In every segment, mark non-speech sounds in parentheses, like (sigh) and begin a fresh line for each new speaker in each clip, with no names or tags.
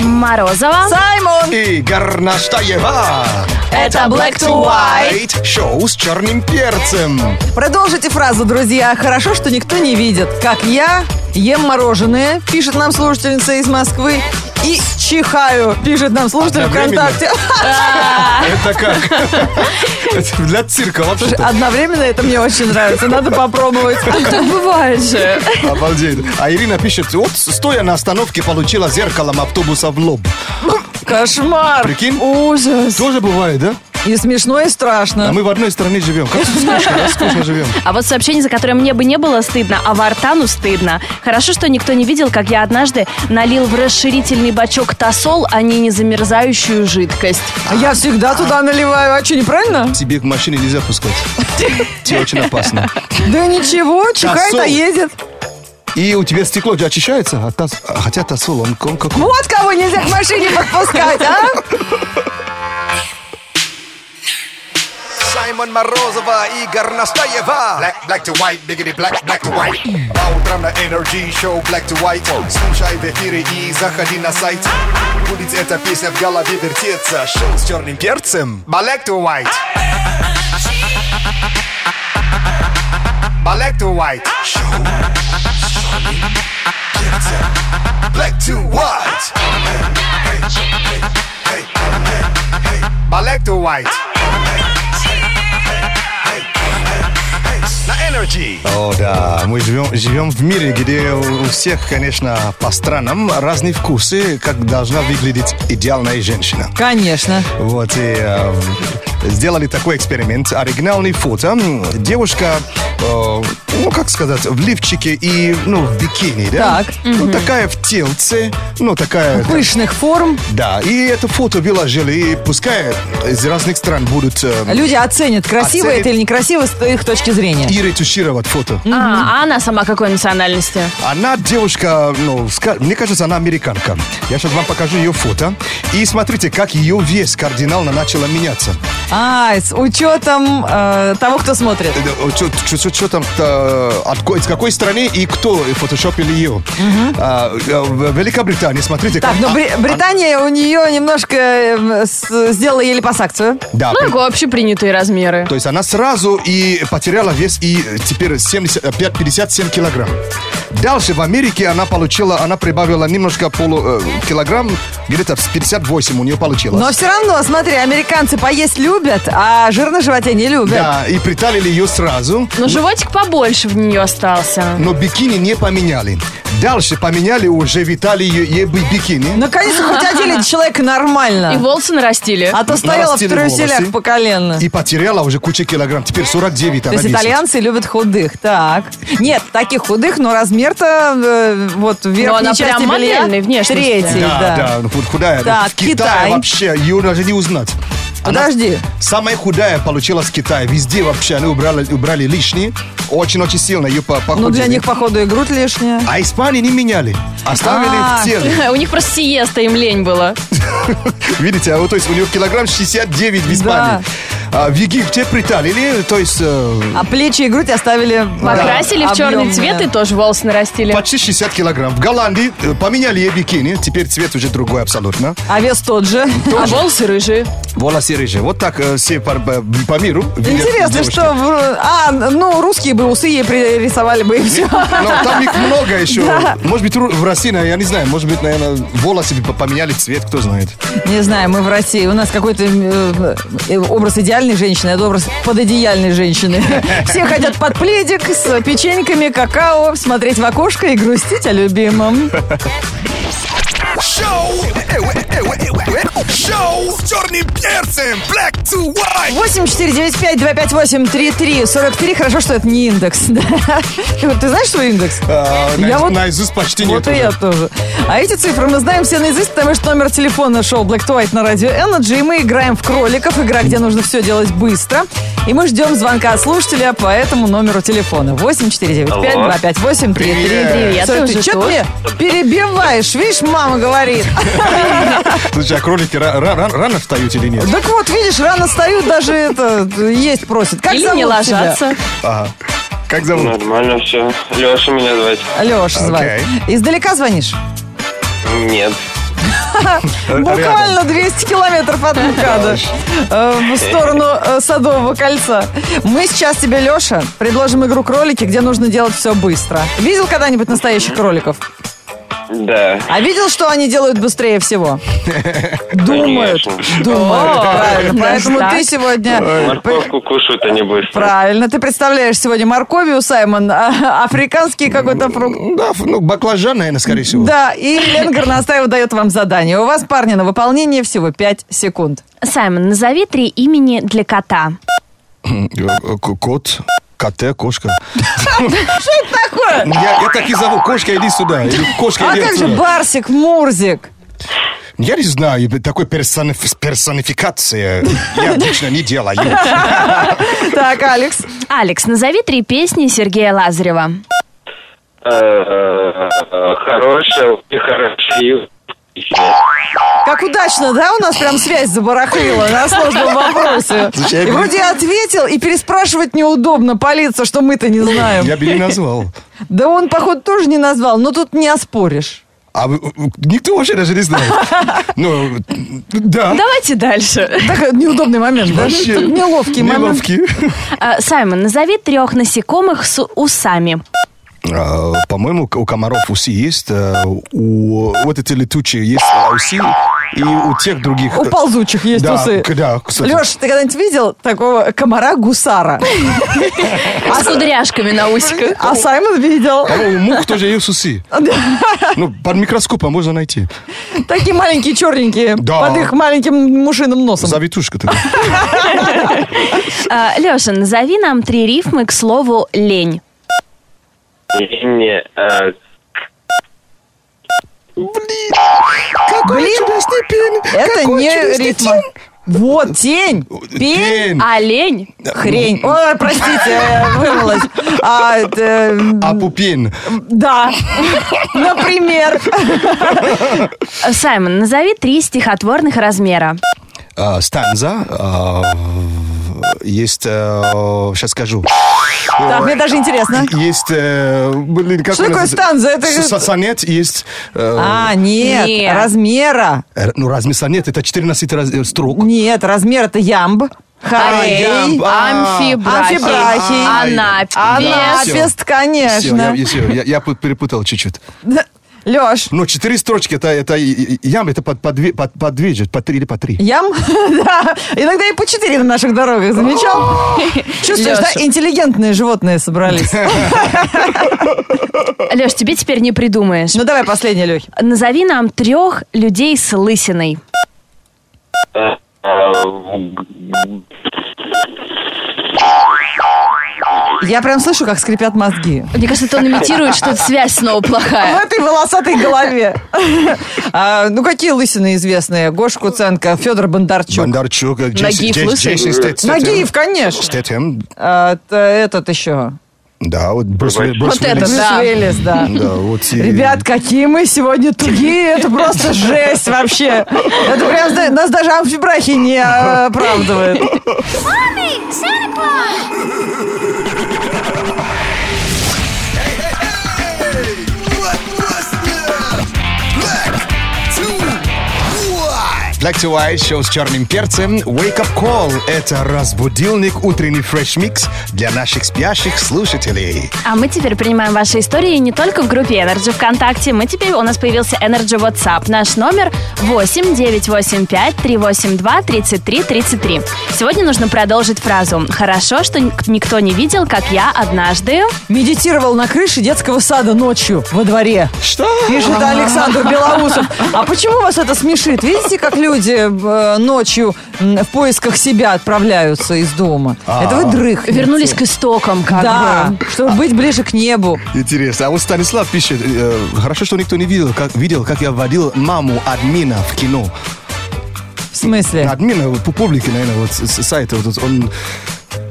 Морозова.
Саймон!
И Горнаштаева.
Это Black to White.
Шоу с черным перцем.
Продолжите фразу, друзья. Хорошо, что никто не видит, как я ем мороженое, пишет нам слушательница из Москвы, и чихаю, пишет нам слушатель
Одновременно.
ВКонтакте.
Это как? Это Для цирка вообще-то.
Одновременно это мне очень нравится, надо попробовать.
Так бывает же.
Обалдеть. А Ирина пишет, вот стоя на остановке получила зеркалом автобуса в лоб.
Кошмар.
Прикинь?
Ужас.
Тоже бывает, да?
И смешно, и страшно.
А мы в одной стране живем. Как тут скучно, да, скучно живем.
(laughs) А вот сообщение, за которое мне бы не было стыдно, а Вартану стыдно. Хорошо, что никто не видел, как я однажды налил в расширительный бачок тосол, а не незамерзающую жидкость.
А я всегда туда наливаю. А что, неправильно?
Тебе к машине нельзя пускать. Тебе очень опасно.
Да ничего, чихает,
Тосол.
а едет.
И у тебя стекло очищается, а тас- а хотя тосол, он, он как...
Вот кого нельзя к машине подпускать,
(laughs)
а?
Саймон Морозова, Игорь Настаева.
Black, black to white, biggity black, black to white.
По утрам на Energy Show Black to White. Слушай в эфире и заходи на сайт. Будет эта песня в голове вертеться. Шоу с черным перцем.
Black to white.
Black to White. Шоу с черным перцем. Black to White. Эй, эй, эй, эй, эй, эй.
Black to white.
На Energy.
О, да, мы живем, живем в мире, где у у всех, конечно, по странам разные вкусы, как должна выглядеть идеальная женщина.
Конечно.
Вот, и э, сделали такой эксперимент. Оригинальные фото. М, Девушка, э, ну, как сказать, в лифчике и, ну, в бикини, да?
Так.
Ну, такая в телце, ну, такая...
Пышных форм.
Да, и это фото выложили, и пускай из разных стран будут э,
А Люди оценят, красиво
Оценят.
это или некрасиво с их точки зрения.
и ретушировать фото.
А, а она сама какой национальности?
Она девушка, ну, ска- мне кажется, она американка. Я сейчас вам покажу ее фото. И смотрите, как ее вес кардинально начала меняться.
А, с учетом э, того, кто смотрит.
э, Что там, э, от ко- из какой страны и кто фотошопил ее. А, э, В Великобритании, смотрите.
Так,
как-
ну
а,
Бри- Британия у нее немножко э, с- сделала еле пасакцию.
Да,
Ну,
А при-
такой общепринятые размеры.
то есть она сразу и потеряла вес, и теперь 70, э, пя- 57 килограмм. Дальше в Америке она получила, она прибавила немножко полу, э, килограмм, где-то в 58 у нее получилось.
Но все равно, смотри, американцы поесть любят, а жир на животе не любят.
Да, и приталили ее сразу,
Но животик побольше в нее остался.
но бикини не поменяли. Дальше поменяли уже в Италии е- ей бы бикини.
Наконец-то Ну, хоть одели человека
И
нормально.
волосы нарастили.
А то стояла в
Нарастили волосы.
труселях по колено.
И потеряла уже кучу килограмм. Теперь 49
То
она
есть
весит.
итальянцы любят худых, так. Нет, таких худых, но размер-то э, вот в верхней
она
части
прям
белья
модельной внешности.
третий,
Да,
да.
да, ну, худ- худая.
Да,
Ну, в Китае
Китай.
вообще ее даже не узнать. Она
Подожди.
Самая худая получилась в Китае. Везде вообще они убрали, убрали лишний. Очень-очень сильно ее по
Ну, для
похудели.
них, походу, и грудь лишняя.
А Испании не меняли. Оставили
А.
в
(laughs)
теле.
У них просто сиеста, им лень было.
Видите, а вот, то есть у нее килограмм 69 в Испании. А в Египте приталили, то есть... э,
А плечи и грудь оставили... э,
Покрасили в черный цвет и тоже волосы нарастили.
Почти 60 килограмм. В Голландии э, поменяли ей бикини. Теперь цвет уже другой абсолютно.
А вес тот же.
А волосы рыжие.
Волосы рыжие. Вот так э, все по, по- по миру. видят
Интересно,
девушки.
что... в- А, ну, русские бы усы ей пририсовали бы и все.
Но ну, там их много еще. Может быть, ру- в России, наверное, я не знаю, может быть, наверное, волосы бы поменяли цвет, кто знает.
Не знаю, мы в России. У нас какой-то э, э, образ идеальной женщины, это образ пододеяльной женщины. Все хотят под пледик с печеньками, какао, смотреть в окошко и грустить о любимом.
Шоу! Э, э, э, э, э, э. Шоу с черным перцем! Black to white!
8495-258-3343. Хорошо, что это не индекс. (laughs) да. Ты знаешь свой индекс?
А,
Я
наиз-
вот-
Наизусть почти нет.
Вот и я тоже. А эти цифры мы знаем все наизусть, потому что номер телефона шоу Black to White на радио Energy. И мы играем в кроликов, игра, где нужно все делать быстро. И мы ждем звонка от слушателя по этому номер телефона. 8495-258-3333.
Привет.
Привет, ты
Слушай, Э, ты
уже
что
тут?
мне перебиваешь? Видишь, мама говорит.
Слушай, а кролики ра- ра- ра- рано встают или нет?
Так вот, видишь, рано встают, даже это есть просит. Как
Или не
зовут тебя?
ложатся.
Ага. Как зовут?
Нормально все. Леша меня звать.
Леша звать.
Окей.
Издалека звонишь?
Нет.
Э,
Буквально 200 километров от МКАДа э, в сторону э, Садового кольца. Мы сейчас тебе, Леша, предложим игру кролики, где нужно делать все быстро. Видел когда-нибудь настоящих кроликов?
Да,
А видел, что они делают
(laughs)
быстрее всего? Думают.
Конечно.
Думают,
О,
правильно.
даже
Поэтому
так?
ты сегодня...
морковку кушают они быстро.
Правильно, ты представляешь сегодня морковью, Саймон, а- (laughs) африканский какой-то фрукт.
Да, ф- ну, баклажан, наверное, скорее всего.
Да, и Ленгар Настаева дает вам задание. У вас, парни, на выполнение всего 5 секунд.
Саймон, назови три имени для кота.
Э, к- Кот, коте, кошка. Что это такое? Я я так и зову. Кошка, иди сюда. Или Кошка,
А
иди
как же
отсюда.
Барсик, Мурзик?
Я не знаю, такой персониф- персонификация я обычно не делаю.
Так, Алекс.
Алекс, назови три песни Сергея Лазарева.
Э, э, э, Хорошая и хорошая.
Как удачно, да, у нас прям связь забарахлила на сложном вопросе.
Слушай, я
И
говорю-
вроде ответил, и переспрашивать неудобно, палиться, что мы-то не знаем.
Я бы не назвал.
Да он, походу, тоже не назвал, но тут не оспоришь.
А вы- никто вообще даже не знает. Ну, да.
Давайте дальше.
Так, неудобный момент, да?
Вообще.
Тут неловкий момент.
Неловкий.
А, Саймон, назови трех насекомых с усами.
А, По-моему, у комаров уси есть, а, у вот эти летучие есть а, уси, и у тех других...
У ползучих есть
Да,
усы.
к- да, кстати.
Леш, ты когда-нибудь видел такого
(laughs)
комара-гусара?
А С кудряшками на усиках.
А Саймон видел.
По-моему, У мух тоже есть усы. Ну, под микроскопом можно найти.
Такие маленькие черненькие.
Да.
Под их маленьким мушиным носом.
Завитушка тогда.
Леша, А, назови нам три рифмы к слову лень.
Не, э,
Блин, это не ритм. Вот тень, пень,
Пень.
А лень?
хрень. Ой, простите, я вырвалась. А, э,
А пупин.
да, например.
Э, Саймон, назови три стихотворных размера.
А, Станза. а, Есть... Сейчас скажу.
Так, мне даже интересно.
Есть... э, Блин, как
Что
он
такое
называется?
станза? Это-
С- с- Сонет есть... э,
А, нет,
Нет.
размера.
Р- Ну, разве сонет? Это 14 раз- э, строк.
Нет, размер это ямб. Хорей.
ямб, А,
Амфибрахи.
амфибрахи.
Анапес.
Анапес.
Анапест,
Всё, я,
конечно.
всё, я- я пу- перепутал чуть-чуть.
Леш,
Но четыре строчки, это, это и- и- ям, это под, под, две- под, под две же, по три или по три.
Ям? (laughs) Да. Иногда и по четыре на наших дорогах, замечал? Чувствуешь, да,
Лёша.
интеллигентные животные
(laughs)
собрались.
Леш, тебе теперь не придумаешь.
Ну, давай последний, Лех.
Назови нам трех людей с лысиной.
э, э,
Я прям слышу, как скрипят мозги.
Мне кажется, это он имитирует, что связь снова
В
плохая.
этой волосатой голове. (laughs) А, ну, какие лысины известные? Гош Куценко, Федор Бондарчук.
Бондарчук, э, Джейсон-
Нагиев
Джей-
лысый.
Джейсон Стэт-
Нагиев,
Стэтэм.
конечно.
Стэтэм,
А, т- этот еще.
да, вот Брюс
Давай.
Уилли- Брюс
Вот это
Уиллис.
да.
Уиллис, да.
Да, вот и-
Ребят, какие мы сегодня тугие, это просто жесть вообще. Это прям, зна- нас даже амфибрахи не э, оправдывает.
Black to White, шоу с черным перцем. Wake Up Call – это разбудилник, утренний фреш-микс для наших спящих слушателей.
А мы теперь принимаем ваши истории не только в группе Energy ВКонтакте. Мы теперь, у нас появился Energy WhatsApp. Наш номер 8 985 382 33 33. Сегодня нужно продолжить фразу «Хорошо, что ник- никто не видел, как я однажды...»
Медитировал на крыше детского сада ночью во дворе.
Что?
Пишет Александр Белоусов. А почему вас это смешит? Видите, как люди э, ночью м, в поисках себя отправляются из дома? Это вы дрых.
Вернулись к истокам, как
Да,
бы.
чтобы быть ближе к небу.
Интересно. А вот Станислав пишет, э, хорошо, что никто не видел, как, видел, как я водил маму админа в кино.
В смысле?
Админа э, по публике, наверное, вот с- с сайта, вот, вот он,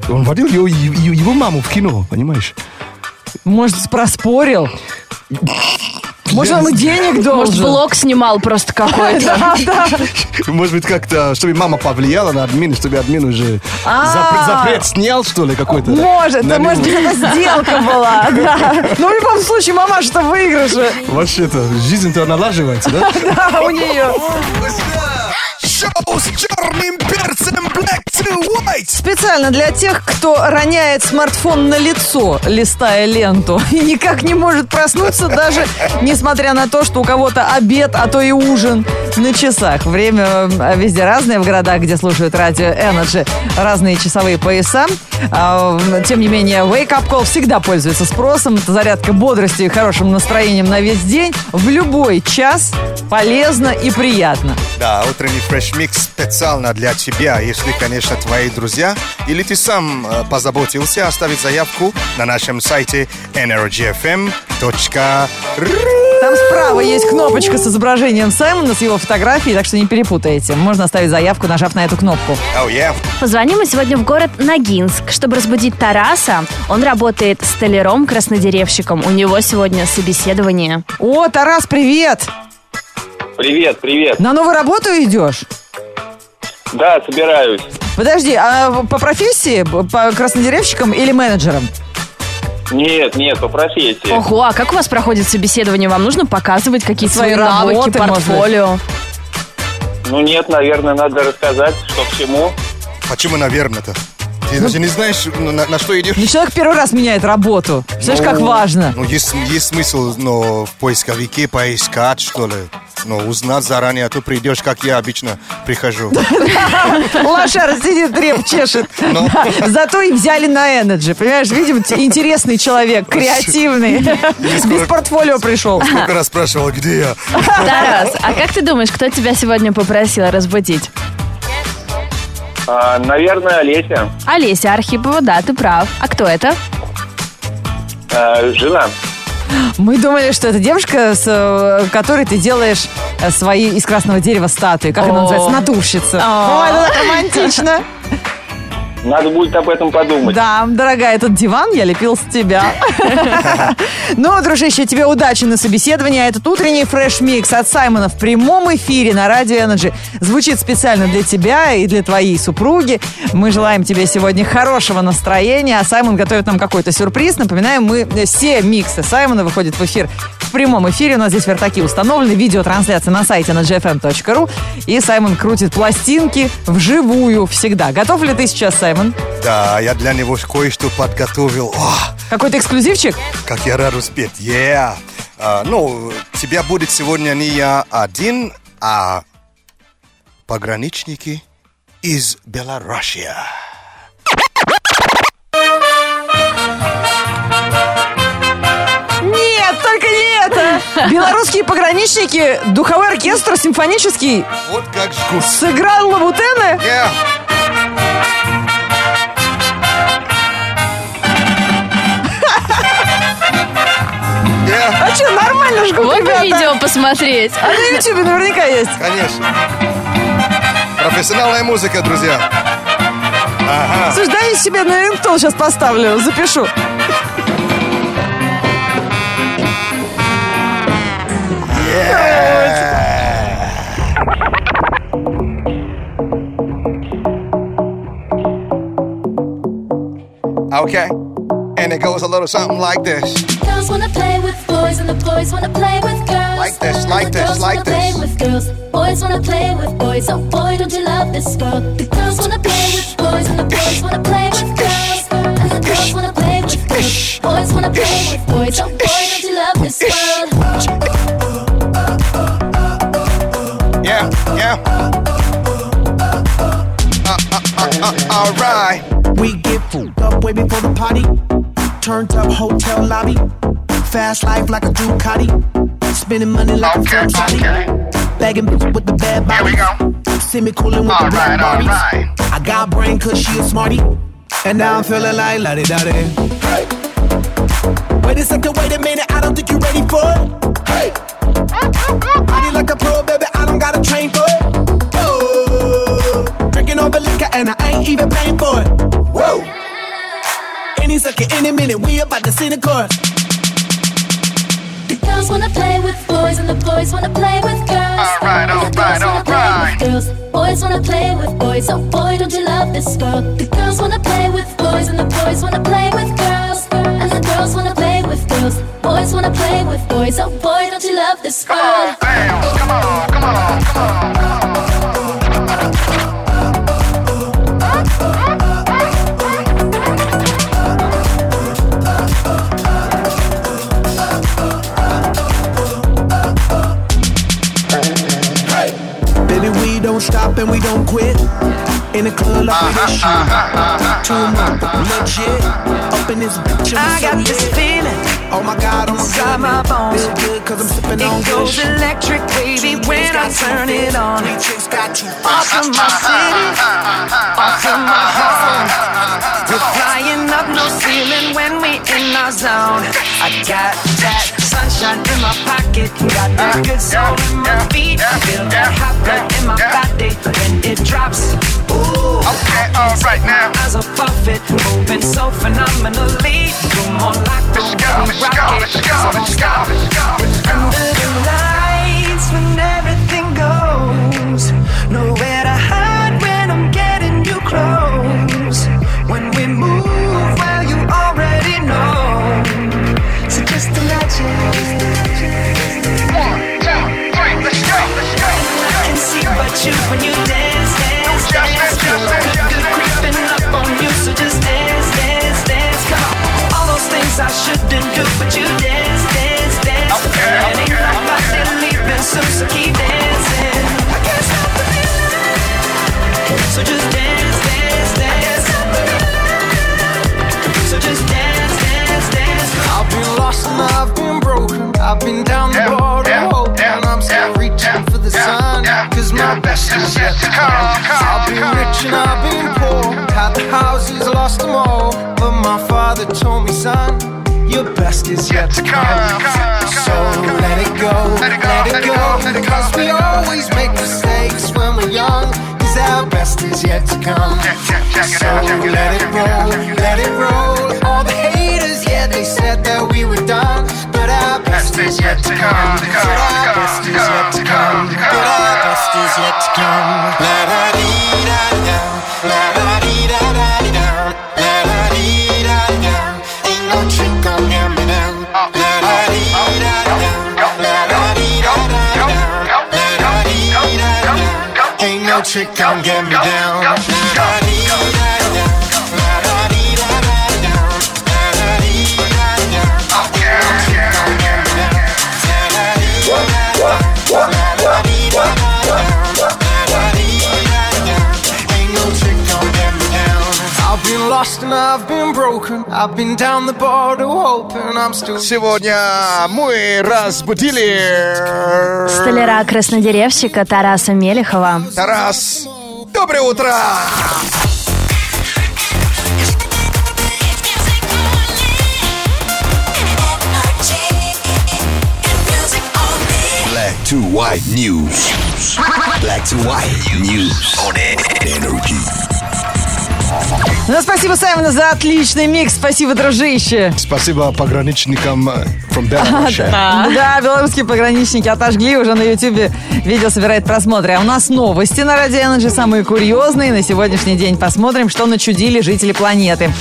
он водил его, его его маму в кино, понимаешь?
Может, проспорил? Может, он и денег
Может,
должен?
блок снимал просто (laughs) какой-то.
Да, да.
Может быть, как-то, чтобы мама повлияла на админ, чтобы админ уже запр-
А.
запрет снял, что ли, какой-то. да?
Может, это
На
может быть
минус.
это сделка была, да. Ну, в любом случае, мамаша-то выигрыша
Вообще-то, жизнь-то налаживается, да?
(laughs) да, у нее.
Шоу с черным перцем Black to White.
Специально для тех, кто роняет смартфон на лицо, листая ленту, (laughs) и никак не может проснуться, даже несмотря на то, что у кого-то обед, а то и ужин на часах. Время э, везде разное, в городах, где слушают радио Energy, разные часовые пояса. А, м, Тем не менее, Wake Up Call всегда пользуется спросом. Это зарядка бодрости и хорошим настроением на весь день. В любой час полезно и приятно.
Да, утренний фреш микс специально для тебя, если, конечно, твои друзья или ты сам э, позаботился оставить заявку на нашем сайте energyfm.ru.
Там справа есть кнопочка с изображением Саймона, с его фотографией, так что не перепутаете. Можно оставить заявку, нажав на эту кнопку.
Oh, yeah.
Позвоним мы сегодня в город Ногинск, чтобы разбудить Тараса. Он работает столяром-краснодеревщиком. У него сегодня собеседование.
О, Тарас, привет!
Привет, привет.
На новую работу идешь?
Да, собираюсь.
Подожди, а по профессии, по краснодеревщикам или менеджерам?
Нет, нет, по профессии.
Ого, а как у вас проходит собеседование? Вам нужно показывать какие-то
Свои
свои навыки,
работы, может быть.
портфолио?
Ну нет, наверное, надо рассказать, что к чему.
Почему, наверное-то? Ты даже не знаешь, ну, на, на что идешь.
Ну, человек первый раз меняет работу. Знаешь, как
Ну,
важно.
Ну, есть, есть смысл но в поисковике поискать, что ли. Но узнать заранее, а то придешь, как я обычно прихожу.
Лошара сидит, реп чешет.
Ну.
Да, Зато и взяли на Energy. Понимаешь, видимо, т- интересный человек, креативный. Без портфолио пришел.
Сколько раз спрашивал, где я?
Тарас, а как ты думаешь, кто тебя сегодня попросил разбудить?
А, наверное, Олеся,
Олеся Архипова, да, ты прав. А кто это?
а, жена.
Мы думали, что это девушка, с э, которой ты делаешь э, свои из красного дерева статуи. Как она
О.
называется? Натурщица.
О.
Ой, ну это так романтично.
Надо будет об этом подумать.
Да, дорогая, этот диван я лепил с тебя. Ну, дружище, тебе удачи на собеседовании. А этот утренний фреш-микс от Саймона в прямом эфире на Радио Energy звучит специально для тебя и для твоей супруги. Мы желаем тебе сегодня хорошего настроения, а Саймон готовит нам какой-то сюрприз. Напоминаем, мы все миксы Саймона выходят в эфир в прямом эфире. У нас здесь вертаки установлены, видеотрансляция на сайте на gfm.ru. И Саймон крутит пластинки вживую всегда. Готов ли ты сейчас, Саймон?
Да, я для него кое-что подготовил. О,
Какой-то эксклюзивчик?
как я рад успеть. Yeah. А, ну, тебя будет сегодня не я один, а пограничники из Белоруссии.
Нет, только не это! Белорусские пограничники, духовой оркестр симфонический
Вот как жгут.
сыграл лабутены.
Yeah. Yeah,
А что, нормально жгут,
Вот бы
ребята.
видео посмотреть.
А на ютубе наверняка есть.
конечно. Профессиональная музыка, друзья.
Слушай, дай я себе на рингтон сейчас поставлю, запишу.
Okay. And it goes a little something like this.
Girls wanna play with boys and the boys wanna play with girls.
Like this,
And
like
the
this,
girls
like
wanna Play
this.
with girls. Boys wanna play with boys. Oh boy, don't you love this world? The girls wanna play with boys and the boys wanna play with girls. And the girls wanna play with girls. Boys wanna play with boys. Oh boy, don't you love this world?
Yeah, yeah. Uh, uh, uh, uh, all right.
We get fucked up way before the party. Turned up hotel lobby. Fast life like a Ducati. Spending money like
Okay,
a Ferrari.
okay.
Bagging bitches with the bad
Here we
bodies.
go.
Semi cooling with
All
the black
right, all
Barbies.
right.
I got brain cause she a smarty. And now I'm feeling like la di da Wait a second, wait a minute, I don't think you're ready for it. Hey. Body like a pro, baby, I don't gotta train for it. Oh. Drinking all the liquor and I ain't even paying for it. Whoa. Any second, any minute, we about to see the course.
The girls wanna play with boys. boys wanna play with girls.
Alright,
All the
alright,
girls wanna play with girls. Boys wanna play with boys. Oh boy, don't you love this girl? The girls wanna play with boys, and the boys wanna play with girls. And the girls wanna play with girls. Boys wanna play with boys. Oh boy, don't you love this girl?
Baby, we don't stop and we don't quit. In the club like we hit shit. Tune up, legit. Up in this bitch, and we
I
so
got this
lit.
feeling
Oh my god, oh my god.
inside my bones.
Feel good cause I'm sipping on
It
good
goes
shit.
electric, baby, when I turn it on.
Three chicks got you.
Off from my city, off from my home. We're flying up no ceiling when we in our zone. I got that sunshine in my pocket, got that good soul in my feet. Feel that hot blood in my body when it drops. Ooh,
Okay, alright now.
eyes above it, moving so phenomenally. Come on, like the
Let's
way
go,
we
let's
rock
go,
it.
let's go,
So
let's go, let's go, let's go.
under the lights when everything goes. Nowhere to hide when I'm getting you close. When we move, well, you already know. So just imagine.
One, two, three, let's go, let's go.
I can see what you when you dance, dance, dance. Feel the good creeping up on you, so just dance, dance, dance. Come on, all those things I shouldn't do, but you dance, dance, dance. And ain't nobody leaving soon, so keep dancing. I can't stop the feeling. So just dance, dance, dance. I can't stop the feeling. So just dance, dance, dance.
I've been lost and I've been broken. I've been down the
Yeah,
road
yeah,
of hope,
yeah,
and I'm still
yeah,
reaching
yeah,
for the
yeah,
sun.
yeah,
Cause my
yeah.
best is yet to come.
come,
I've been
come,
rich and I've been poor. Had the houses, lost them all. But my father told me, son, your best is yet to come. So let it go, let it go, let it go. Cause we always make mistakes when we're young. Cause our best is yet to come.
Check, check, check it
So
out, check it
let
out,
it
check it out,
roll,
check it
let
out.
it roll. All the haters, yeah, they said that we were done. But our best is yet to come. But our best is yet to come. But our best is yet to come. La da dee da da. La da dee da da da. La da dee da da. Ain't no trick on them now. La da dee da da. La da dee da da da. La da dee da da. Ain't no trick on getting me down. La da dee da da. La da dee da da da. La da dee da da. Ain't no trick on getting me down. La da dee da da. La da dee da da. I've been lost and I've been broken. I've been down the border hoping I'm still.
Сегодня мы разбудили
Столяра краснодеревщика Тараса Мелехова.
Тарас. Доброе утро!
Black to white news. Black to white news on energy.
Ну, спасибо, Саймона, за отличный микс. Спасибо, дружище.
Спасибо пограничникам э, from Беларуси.
Ну Да, белорусские пограничники отожгли уже на Ютубе. Видео собирает просмотры. А у нас новости на Радио Energy самые курьезные. На сегодняшний день посмотрим, что начудили жители планеты.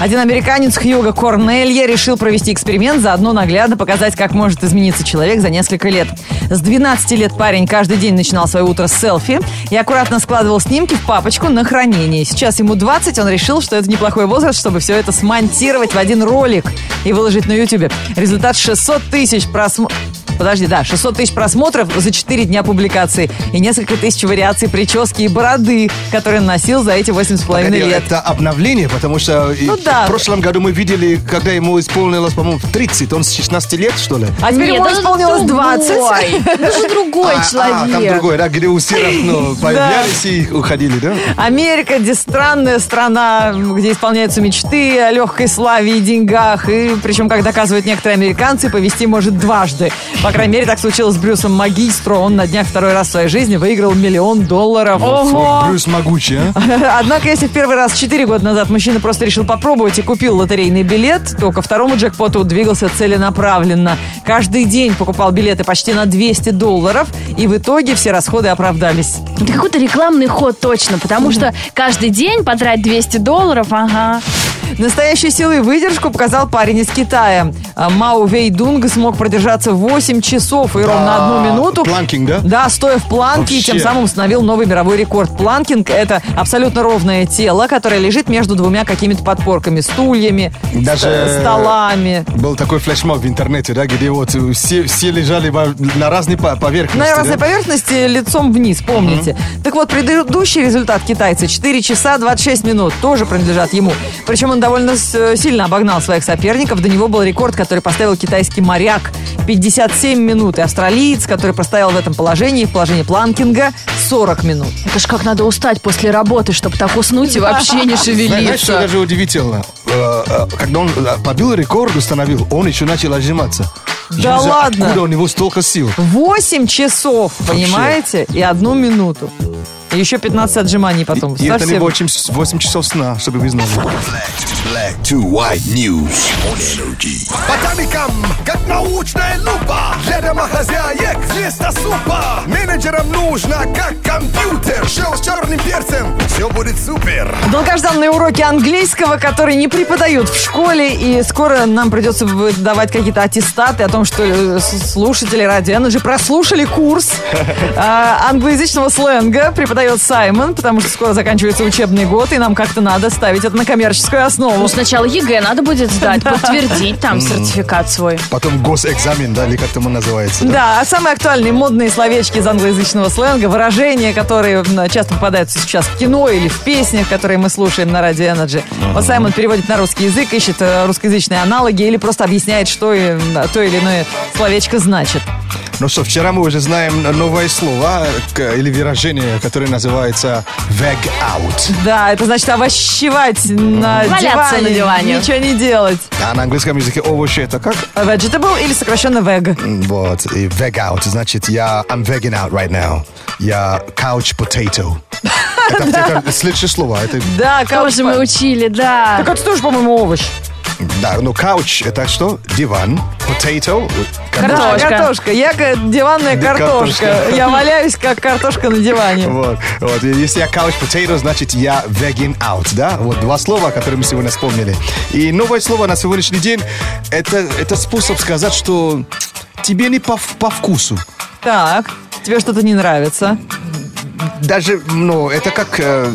Один американец Хьюго Корнелье решил провести эксперимент, заодно наглядно показать, как может измениться человек за несколько лет. С 12 лет парень каждый день начинал свое утро с селфи и аккуратно складывал снимки в папочку на хранение. Сейчас ему 20, он решил, что это неплохой возраст, чтобы все это смонтировать в один ролик и выложить на Ютубе. Результат 600 тысяч просмотров. Подожди, да, 600 тысяч просмотров за 4 дня публикации и несколько тысяч вариаций прически и бороды, которые он носил за эти 8,5 лет.
Это обновление, потому что и
Ну да.
в прошлом году мы видели, когда ему исполнилось, по-моему, 30. Он с 16 лет, что ли?
А теперь ему
это
исполнилось
другой.
20.
Это же другой
А, а, там
человек.
другой, да, где у всех
(laughs)
ну, появлялись и уходили, да?
Америка, где странная страна, где исполняются мечты о легкой славе и деньгах. И причем, как доказывают некоторые американцы, повести может дважды. По По крайней мере, так случилось с Брюсом Магистро. Он на днях второй раз в своей жизни выиграл миллион долларов.
Вот Брюс могучий, а?
Однако, если в первый раз 4 года назад мужчина просто решил попробовать и купил лотерейный билет, то ко второму джекпоту двигался целенаправленно. Каждый день покупал билеты почти на 200 долларов, и в итоге все расходы оправдались.
Это какой-то рекламный ход точно, потому что каждый день потратить 200 долларов, ага.
Настоящую силу и выдержку показал парень из Китая. А, Мао Вейдунг смог продержаться 8 часов и ровно одну минуту.
планкинг, да?
Да, стоя в планке, и
Вообще.
тем самым установил новый мировой рекорд. Планкинг – это абсолютно ровное тело, которое лежит между двумя какими-то подпорками, стульями,
Даже-
ст- столами.
Был такой флешмоб в интернете, да, где вот э, все, все лежали во- на разные по- поверхности.
На
да?
разной поверхности лицом вниз, помните. Так вот, предыдущий результат китайца 4 часа 26 минут тоже принадлежат ему. Причем он довольно с- э, сильно обогнал своих соперников. До него был рекорд, который поставил китайский моряк 57 минут. И австралиец, который простоял в этом положении, в положении планкинга 40 минут.
Это ж как надо устать после работы, чтобы так уснуть и вообще не
Зна- Знаешь, что
шевелиться.
даже удивительно? Э, э, Когда он э, побил рекорд, установил, он еще начал отжиматься.
Да
не знаю,
ладно?
Откуда у него столько сил?
8 часов, понимаете? И одну минуту. И еще 15 отжиманий потом.
И это не
Совсем.
8, часов сна, чтобы вы знали.
Black to white news on energy. Botanicam, как научная лупа. Для домохозяек вместо супа. Менеджерам нужно, как компьютер. Шел с черным перцем, все будет супер.
Долгожданные уроки английского, которые не преподают в школе, и скоро нам придется выдавать какие-то аттестаты о том, что э, с- слушатели радио Energy прослушали курс э, англоязычного сленга, преподает Саймон, потому что скоро заканчивается учебный год, и нам как-то надо ставить это на коммерческую основу.
Ну, сначала ЕГЭ надо будет сдать, подтвердить там сертификат свой.
Потом госэкзамен, да, или как там он называется. да?
Да, а самые актуальные модные словечки из англоязычного сленга, выражения, которые м, часто попадаются сейчас в кино или в песнях, которые мы слушаем на радио Energy. Вот Саймон переводит на русский язык, ищет э, русскоязычные аналоги или просто объясняет, что э, м, то или иное словечко значит.
Ну что, вчера мы уже знаем новое слово к- или выражение, которое называется «veg out».
Да, это значит овощевать на
Валяться
диване,
на диване.
ничего не делать.
А на английском языке овощи это как?
Vegetable или сокращенно вега.
М, Вот, и veg out, значит, я I'm vegging out right now. Я couch potato. Это, это следующее слово. Это,
Да,
Тоже мы
couch-
учили, да.
Так это тоже, по-моему, овощ.
да, ну couch это что? Диван. Potato.
Да,
Картошка.
картошка. Я ка- диванная
Да,
картошка.
картошка.
Я валяюсь, как картошка на диване.
Вот, вот. И Если я couch potato, значит я vegging out, да? Вот два слова, которые мы сегодня вспомнили. И новое слово на сегодняшний день это, это способ сказать, что тебе не по, в- по вкусу.
Так, тебе что-то не нравится.
Даже, ну, это как э,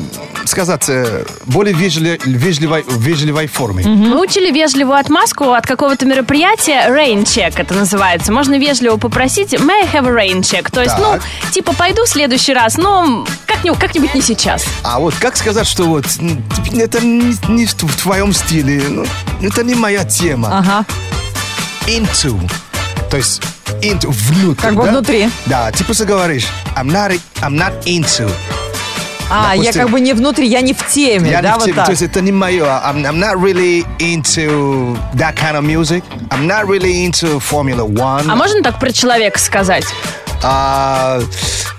сказать, э, более вежли- вежливой, вежливой форме.
Мы учили вежливую отмазку от какого-то мероприятия. Rain check это называется. Можно вежливо попросить may I have a rain check. То есть,
Так.
ну, типа, пойду в следующий раз, но как-нибудь, как-нибудь не сейчас.
А вот как сказать, что вот м, это не, не в тв- в твоем стиле, ну, это не моя тема.
Ага.
Into. То есть into, внутрь.
Как бы
да?
внутри.
Да, типа ты просто говоришь, I'm not, I'm not into.
А,
Допустим,
я как бы не внутри, я не в теме,
Я не
да,
в
вот
теме,
так.
То есть это не мое. I'm, I'm not really into that kind of music. I'm not really into Formula One.
А можно так про человека сказать?
А,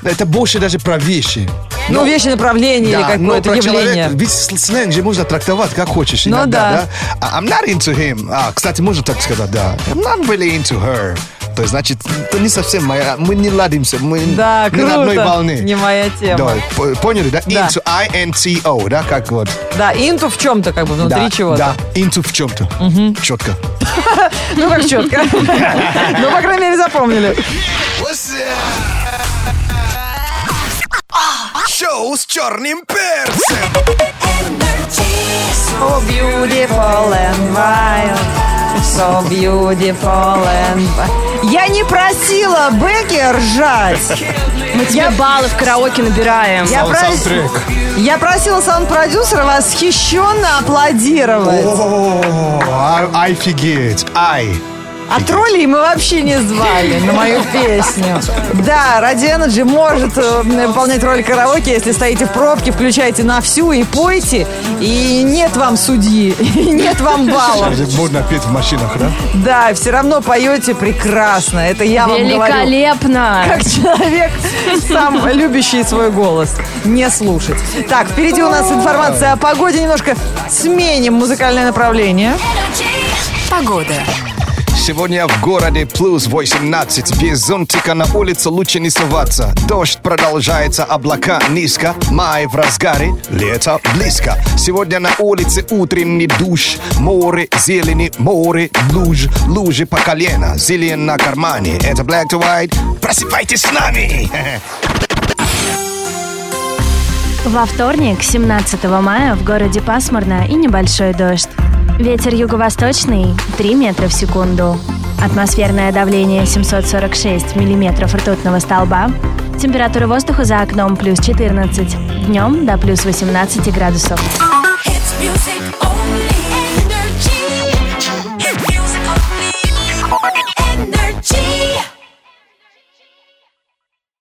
это больше даже про вещи.
ну, вещи направление
Да,
или
но
какое-то
про
явление.
человека, ведь с- сленг же можно трактовать как хочешь
Ну
иногда, да. А, I'm not into him. А, кстати, можно так сказать, да. I'm not really into her. То есть, значит, это не совсем моя, мы не ладимся, мы
Да,
не на одной
круто.
волне.
Не моя тема.
Да,
Да,
по- поняли, да?
Да.
Into, I-N-T-O, да, как вот.
инту в чем-то как бы внутри
да,
чего-то.
Да, into в чем-то. Четко.
Ну, как
(laughs)
четко. Ну, по крайней мере, запомнили.
Шоу с черным перцем.
So beautiful and wild. So beautiful and wild. Я не просила Бекки ржать.
Мы тебе баллы в караоке набираем.
Я, прос-
саундтрек.
я просила саунд-продюсера восхищенно аплодировать.
О, о- офигеть. I
А троллей мы вообще не звали на мою песню. Да, ради Energy может э, выполнять роль караоке, если стоите в пробке, включайте на всю и пойте. И нет вам судьи, (laughs) и нет вам баллов.
Модно петь в машинах, да?
Да, все равно поете прекрасно. Это я вам говорю
Великолепно!
как человек, сам любящий свой голос, не слушать. Так, впереди у нас информация о погоде. Немножко сменим музыкальное направление.
Погода.
Сегодня в городе плюс 18, без зонтика на улице лучше не соваться. Дождь продолжается, облака низко, май в разгаре, лето близко. Сегодня на улице утренний душ, море зелени, море луж, лужи по колено, зелень на кармане. Это Black to White, просыпайтесь с нами! (laughs)
Во вторник, 17 мая, в городе пасмурно и небольшой дождь. Ветер юго-восточный 3 метра в секунду. Атмосферное давление 746 миллиметров ртутного столба. Температура воздуха за окном плюс 14. Днем до плюс 18 градусов.
Hits music only.